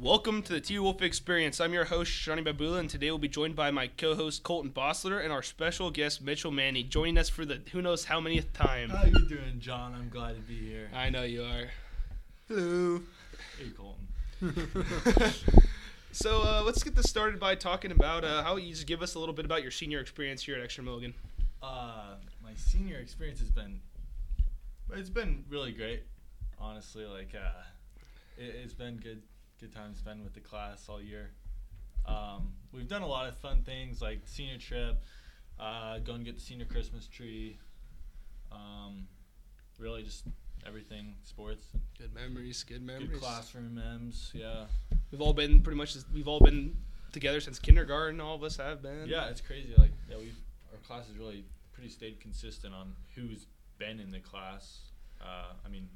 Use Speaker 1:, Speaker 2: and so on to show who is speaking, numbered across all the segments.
Speaker 1: Welcome to the T Wolf Experience. I'm your host, Shani Babula, and today we'll be joined by my co host, Colton Bossler, and our special guest, Mitchell Manny, joining us for the who knows how many time.
Speaker 2: How you doing, John? I'm glad to be here.
Speaker 1: I know you are.
Speaker 3: Hello.
Speaker 2: Hey, Colton.
Speaker 1: So uh, let's get this started by talking about uh, how you just give us a little bit about your senior experience here at Extra Milligan.
Speaker 2: Uh, my senior experience has been, it's been really great. Honestly, like uh, it, it's been good, good time spent with the class all year. Um, we've done a lot of fun things like senior trip, uh, go and get the senior Christmas tree. Um, really, just everything sports,
Speaker 3: Good memories. Good memories.
Speaker 2: good classroom mems. Yeah,
Speaker 1: We've all been pretty much we've all been together since kindergarten. All of us have been.
Speaker 2: yeah, it's crazy. Like yeah, we our class is really pretty stayed consistent on who's been in the class. Uh, I mean,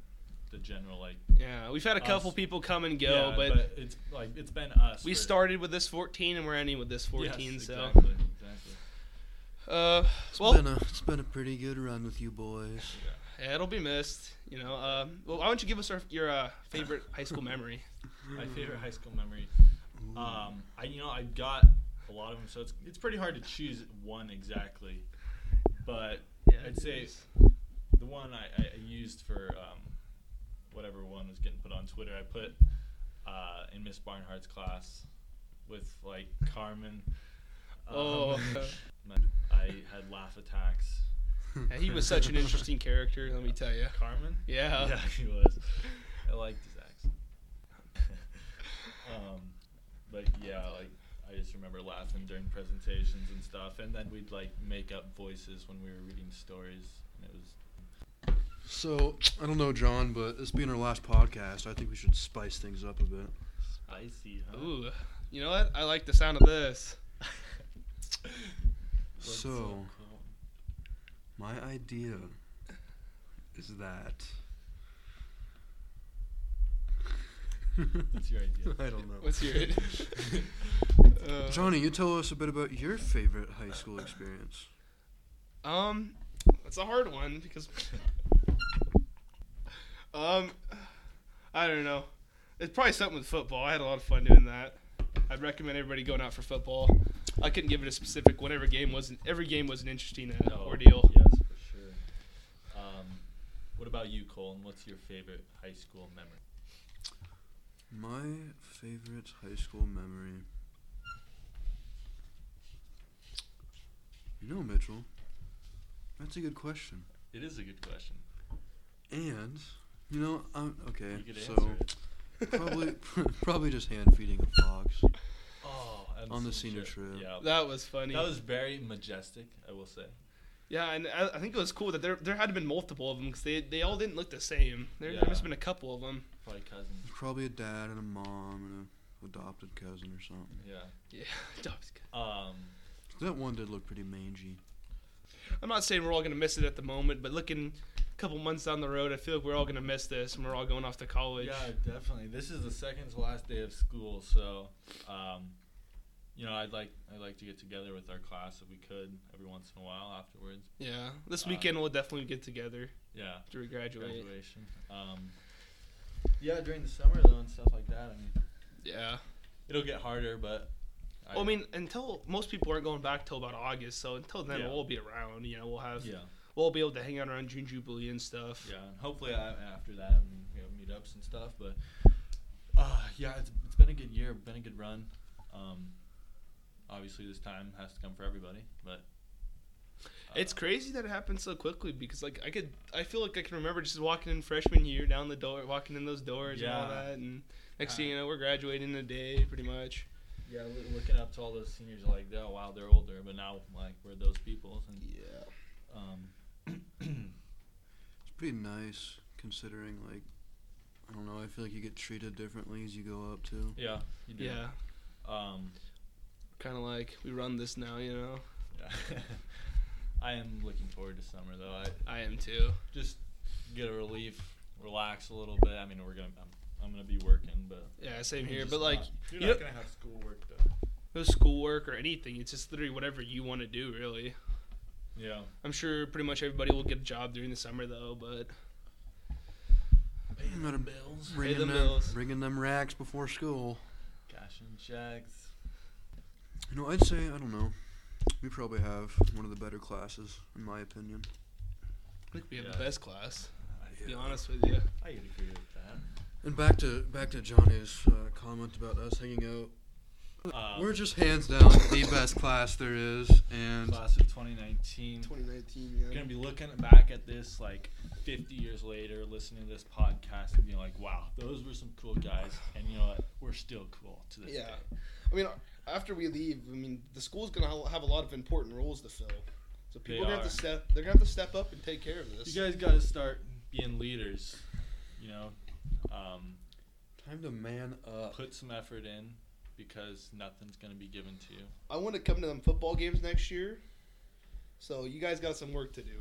Speaker 2: the general like
Speaker 1: yeah. We've had a couple
Speaker 2: Us.
Speaker 1: people come and go,
Speaker 2: yeah,
Speaker 1: but,
Speaker 2: it's like it's been us.
Speaker 1: we
Speaker 2: for-
Speaker 1: started with this 14 and we're ending with this 14.
Speaker 2: Yes,
Speaker 1: so,
Speaker 2: exactly, exactly.
Speaker 1: uh,
Speaker 3: It's
Speaker 1: well,
Speaker 3: been a it's been a pretty good run with you boys.
Speaker 1: yeah, it'll be missed. You know. Uh, well, why don't you give us our, your uh, favorite high school memory?
Speaker 2: My
Speaker 3: Mm.
Speaker 2: favorite high school memory.
Speaker 1: uh,
Speaker 2: Um, I you know I got a lot of them, so it's it's pretty hard to choose one exactly. But
Speaker 1: Yeah,
Speaker 2: I'd say the one I, I I used for um, whatever one was getting put on Twitter, I put uh, in Miss Barnhart's class with like Carmen. Um,
Speaker 3: Uh,
Speaker 1: Oh.
Speaker 2: I had laugh attacks.
Speaker 1: Yeah, he was such an interesting character. Let me tell you.
Speaker 2: Carmen.
Speaker 1: Yeah.
Speaker 2: Yeah, he was. I liked his accent. um, but yeah, like I just remember laughing during presentations and stuff, and then we'd like make up voices when we were reading stories, and it was
Speaker 3: So I don't know, John, but this being our last podcast, I think we should spice things up a bit.
Speaker 2: spicy, huh?
Speaker 1: Ooh. You know what? I like the sound of this.
Speaker 2: What's
Speaker 3: So-
Speaker 2: cool?
Speaker 3: My idea is that.
Speaker 2: What's your idea?
Speaker 3: I don't know.
Speaker 1: What's your? Uh,
Speaker 3: Johnny, you tell us a bit about your favorite high school experience.
Speaker 1: Um, it's a hard one because. um, I don't know. It's probably something with football. I had a lot of fun doing that. I'd recommend everybody going out for football. I couldn't give it a specific one. Every game wasn't. Every game was an interesting uh,
Speaker 2: Oh,
Speaker 1: ordeal.
Speaker 2: Yes, for sure. Um, what about you, Colin? What's your favorite high school memory?
Speaker 3: My favorite high school memory. You know, Mitchell, that's a good question.
Speaker 2: It is a good question.
Speaker 3: And, you know, I'm okay.
Speaker 2: You could
Speaker 3: so
Speaker 2: answer it.
Speaker 3: probably probably just hand feeding a fox.
Speaker 2: Oh, and
Speaker 3: On the senior trip.
Speaker 2: Yeah,
Speaker 1: That was funny.
Speaker 2: That was very majestic, I will say.
Speaker 1: yeah, and uh, I, I think it was cool that there there had to been multiple of them because they they all didn't look the same. There, there
Speaker 2: Yeah.
Speaker 1: must have been a couple of them.
Speaker 2: Probably cousins.
Speaker 3: There's probably a dad and a mom and a adopted cousin or something.
Speaker 2: Yeah.
Speaker 1: Yeah, that was good.
Speaker 2: Um,
Speaker 3: That one did look pretty mangy.
Speaker 1: I'm not saying we're all gonna miss it at the moment, but looking a couple months down the road, I feel like we're all gonna miss this, and we're all going off to college.
Speaker 2: yeah, definitely. This is the second to last day of school, so um, you know, I'd like I'd like to get together with our class if we could every once in a while afterwards.
Speaker 1: Yeah, this
Speaker 2: Uh,
Speaker 1: weekend we'll definitely get together
Speaker 2: Yeah.
Speaker 1: after we graduate.
Speaker 2: Graduation. Um, yeah, during the summer though and stuff like that. I mean,
Speaker 1: Yeah.
Speaker 2: it'll get harder, but
Speaker 1: Well, I mean, until most people aren't going back till about August, so until then
Speaker 2: Yeah.
Speaker 1: we'll all be around. You know, we'll have
Speaker 2: yeah,
Speaker 1: we'll all be able to hang out around June Jubilee and stuff.
Speaker 2: yeah, and hopefully I, after that, I mean, we have meetups and stuff. But uh, yeah, it's, it's been a good year, been a good run. Um, obviously, this time has to come for everybody, but uh,
Speaker 1: It's crazy that it happened so quickly because like I could I feel like I can remember just walking in freshman year down the door, walking in those doors and all
Speaker 2: Yeah.
Speaker 1: that, and next
Speaker 2: Uh,
Speaker 1: thing you know we're graduating in a day pretty much.
Speaker 2: Yeah, loo- looking up to all those seniors, like, oh wow, they're older, but now like we're those people, and
Speaker 1: Yeah.
Speaker 2: um,
Speaker 3: It's pretty nice considering like I don't know, I feel like you get treated differently as you go up too.
Speaker 2: yeah, you do.
Speaker 1: Yeah.
Speaker 2: Um,
Speaker 1: Kind of like we run this now, you know.
Speaker 2: yeah. I am looking forward to summer though. I
Speaker 1: I am too.
Speaker 2: just get a relief, relax a little bit. I mean, we're gonna, I'm, I'm gonna be working, but
Speaker 1: Yeah, same
Speaker 2: I'm
Speaker 1: here.
Speaker 2: just
Speaker 1: But like
Speaker 2: not-
Speaker 1: You're you not
Speaker 2: gonna have schoolwork though.
Speaker 1: no schoolwork or anything. It's just literally whatever you want to do, really.
Speaker 2: Yeah,
Speaker 1: I'm sure pretty much everybody will get a job during the summer though, but
Speaker 3: Pay the
Speaker 2: bills.
Speaker 3: Bringing
Speaker 1: the
Speaker 3: them
Speaker 1: bills.
Speaker 3: bringing them racks before school.
Speaker 2: Passion Jags.
Speaker 3: You know, I'd say I don't know. We probably have one of the better classes, in my opinion.
Speaker 1: I think we have
Speaker 2: Yeah.
Speaker 1: the best class. To
Speaker 2: I,
Speaker 1: be honest with you.
Speaker 2: I would agree with that.
Speaker 3: And back to back to Johnny's uh, comment about us hanging out.
Speaker 2: Um,
Speaker 3: We're just hands down the best class there is, and
Speaker 2: class of 2019.
Speaker 1: 2019.
Speaker 2: Gonna be looking back at this like 50 years later, listening to this podcast, and being like, "Wow, those were some cool guys." And you know what? We're still cool to this
Speaker 1: Yeah.
Speaker 2: day.
Speaker 1: I mean, after we leave, I mean, the school's gonna ha- have a lot of important roles to fill. So
Speaker 2: They
Speaker 1: people are gonna have
Speaker 2: are.
Speaker 1: to step. They're gonna have to step up and take care of this.
Speaker 2: You guys got to start being leaders. You know, um,
Speaker 3: time to man up.
Speaker 2: put some effort in because nothing's gonna be given to you.
Speaker 1: I want to come to them football games next year. So you guys got some work to do.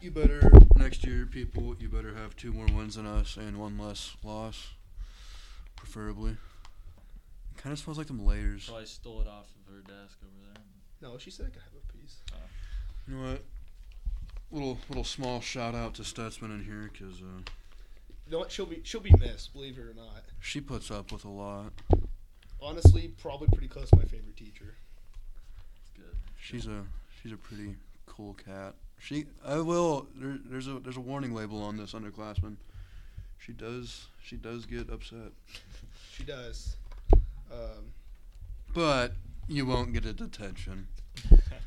Speaker 3: You better next year, people. You better have two more wins than us and one less loss, preferably. It kind of smells like them layers.
Speaker 2: So I stole it off of her desk over there.
Speaker 1: No, she said I could have a piece.
Speaker 3: You know what? Little little small shout out to Stutzman in here because uh,
Speaker 1: You know what? She'll be she'll be missed, believe it or not.
Speaker 3: she puts up with a lot.
Speaker 1: Honestly, probably pretty close to my favorite teacher.
Speaker 2: It's good.
Speaker 3: She's a she's a pretty cool cat. She I will there, there's a there's a warning label on this underclassman. She does she does get upset,
Speaker 1: She does. Um,
Speaker 3: but you won't get a detention.
Speaker 1: well, I mean,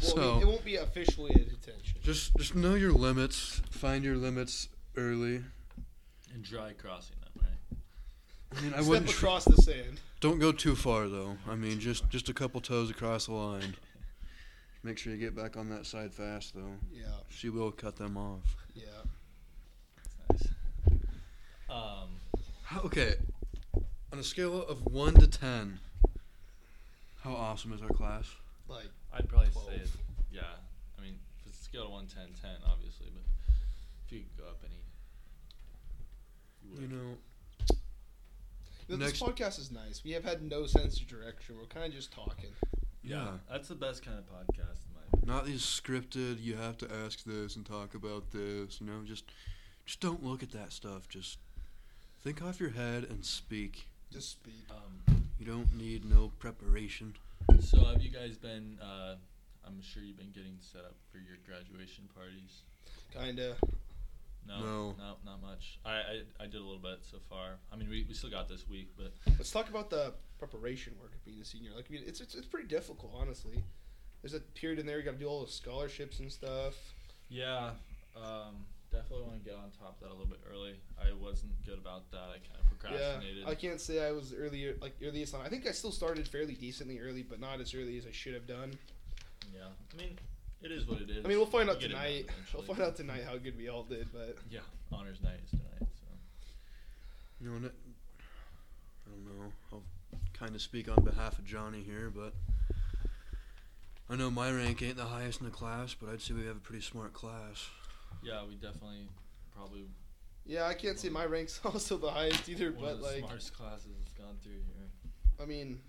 Speaker 3: so
Speaker 1: it won't be officially a detention.
Speaker 3: just just know your limits. Find your limits early.
Speaker 2: And dry crossing them, right?
Speaker 3: I mean, I
Speaker 1: Step
Speaker 3: wouldn't. tr-
Speaker 1: across the sand.
Speaker 3: don't go too far though. I mean, just just a couple toes across the line. Make sure you get back on that side fast though.
Speaker 1: Yeah,
Speaker 3: She will cut them off.
Speaker 1: yeah.
Speaker 2: Nice. Um,
Speaker 3: How- Okay, on a scale of one to ten, how awesome is our class?
Speaker 1: Like
Speaker 2: I'd probably
Speaker 1: Twelve.
Speaker 2: say, it, yeah. I mean, if it's a scale of 110, 10, obviously, but if you could go up any, you would.
Speaker 3: You know,
Speaker 1: you know, this
Speaker 3: Next-
Speaker 1: podcast is nice. We have had no sense of direction. We're kind of just talking.
Speaker 2: yeah.
Speaker 3: Yeah.
Speaker 2: that's the best kind of podcast, in my opinion.
Speaker 3: not these scripted. You have to ask this and talk about this. You know, just just don't look at that stuff. Just think off your head and speak.
Speaker 1: Just speak.
Speaker 2: Um,
Speaker 3: You don't need no preparation.
Speaker 2: so have you guys been? Uh, I'm sure you've been getting set up for your graduation parties.
Speaker 1: Kinda.
Speaker 2: No,
Speaker 3: No.
Speaker 2: not much. I, I, I did a little bit so far. I mean, we, we still got this week, but
Speaker 1: Let's talk about the preparation work of being a senior. Like, I mean, it's it's, it's pretty difficult, honestly. There's a period in there you got to do all the scholarships and stuff.
Speaker 2: Yeah, um, definitely want to get on top of that a little bit early. I wasn't good about that. I kind of procrastinated.
Speaker 1: Yeah, I can't say I was earlier like earliest on. I think I still started fairly decently early, but not as early as I should have done.
Speaker 2: Yeah, I mean, it is what it is.
Speaker 1: I mean, we'll find
Speaker 2: You
Speaker 1: out
Speaker 2: get it done
Speaker 1: tonight. We'll
Speaker 2: eventually.
Speaker 1: find out tonight how good we all did, but
Speaker 2: Yeah, honors night is tonight. So.
Speaker 3: You know, and it- I don't know. I'll kind of speak on behalf of Johnny here, but I know my rank ain't the highest in the class, but I'd say we have a pretty smart class.
Speaker 2: Yeah, we definitely probably
Speaker 1: yeah, I can't say my rank's also the highest either.
Speaker 2: one
Speaker 1: but
Speaker 2: of the
Speaker 1: like,
Speaker 2: smartest classes that's gone through here.
Speaker 1: I mean,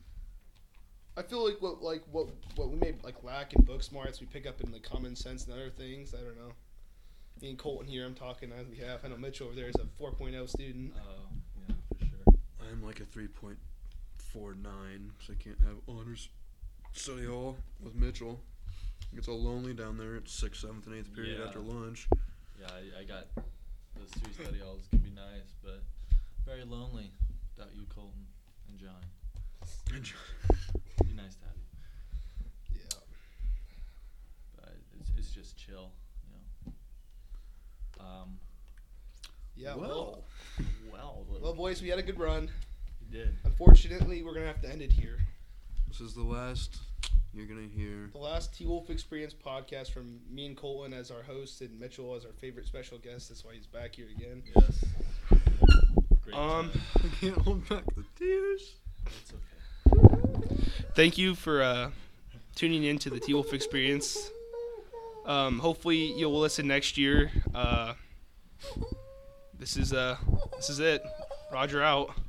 Speaker 1: I feel like what like what what we may like lack in book smarts, we pick up in the common sense and other things. I don't know. Me and Colton here, I'm talking on behalf. I know Mitch over there is a 4.0 student.
Speaker 2: Oh, yeah, for sure.
Speaker 3: I'm like a 3.49, so I can't have honors study hall with Mitchell. It gets all lonely down there at sixth, seventh, and eighth period
Speaker 2: Yeah.
Speaker 3: after lunch.
Speaker 2: Yeah, I, I got those three study halls could be nice, but very lonely without you, Colton and John.
Speaker 3: And Jo-
Speaker 2: It'd be nice to have you,
Speaker 1: Yeah.
Speaker 2: but it's, it's just chill, you know. Um,
Speaker 1: Yeah. Well,
Speaker 3: Well.
Speaker 2: well,
Speaker 1: well, boys, we had a good run.
Speaker 2: you did.
Speaker 1: Unfortunately, we're gonna have to end it here.
Speaker 3: This is the last you're gonna hear.
Speaker 1: The last T Wolf Experience podcast from me and Colton as our host and Mitchell as our favorite special guest. That's why he's back here again.
Speaker 2: Yes. Great
Speaker 1: Um,
Speaker 2: time.
Speaker 3: I can't hold back the tears.
Speaker 2: It's okay.
Speaker 1: Thank you for uh, tuning in to the T Wolf Experience. Um, hopefully, you'll listen next year. Uh, this is uh, this is it. Roger out.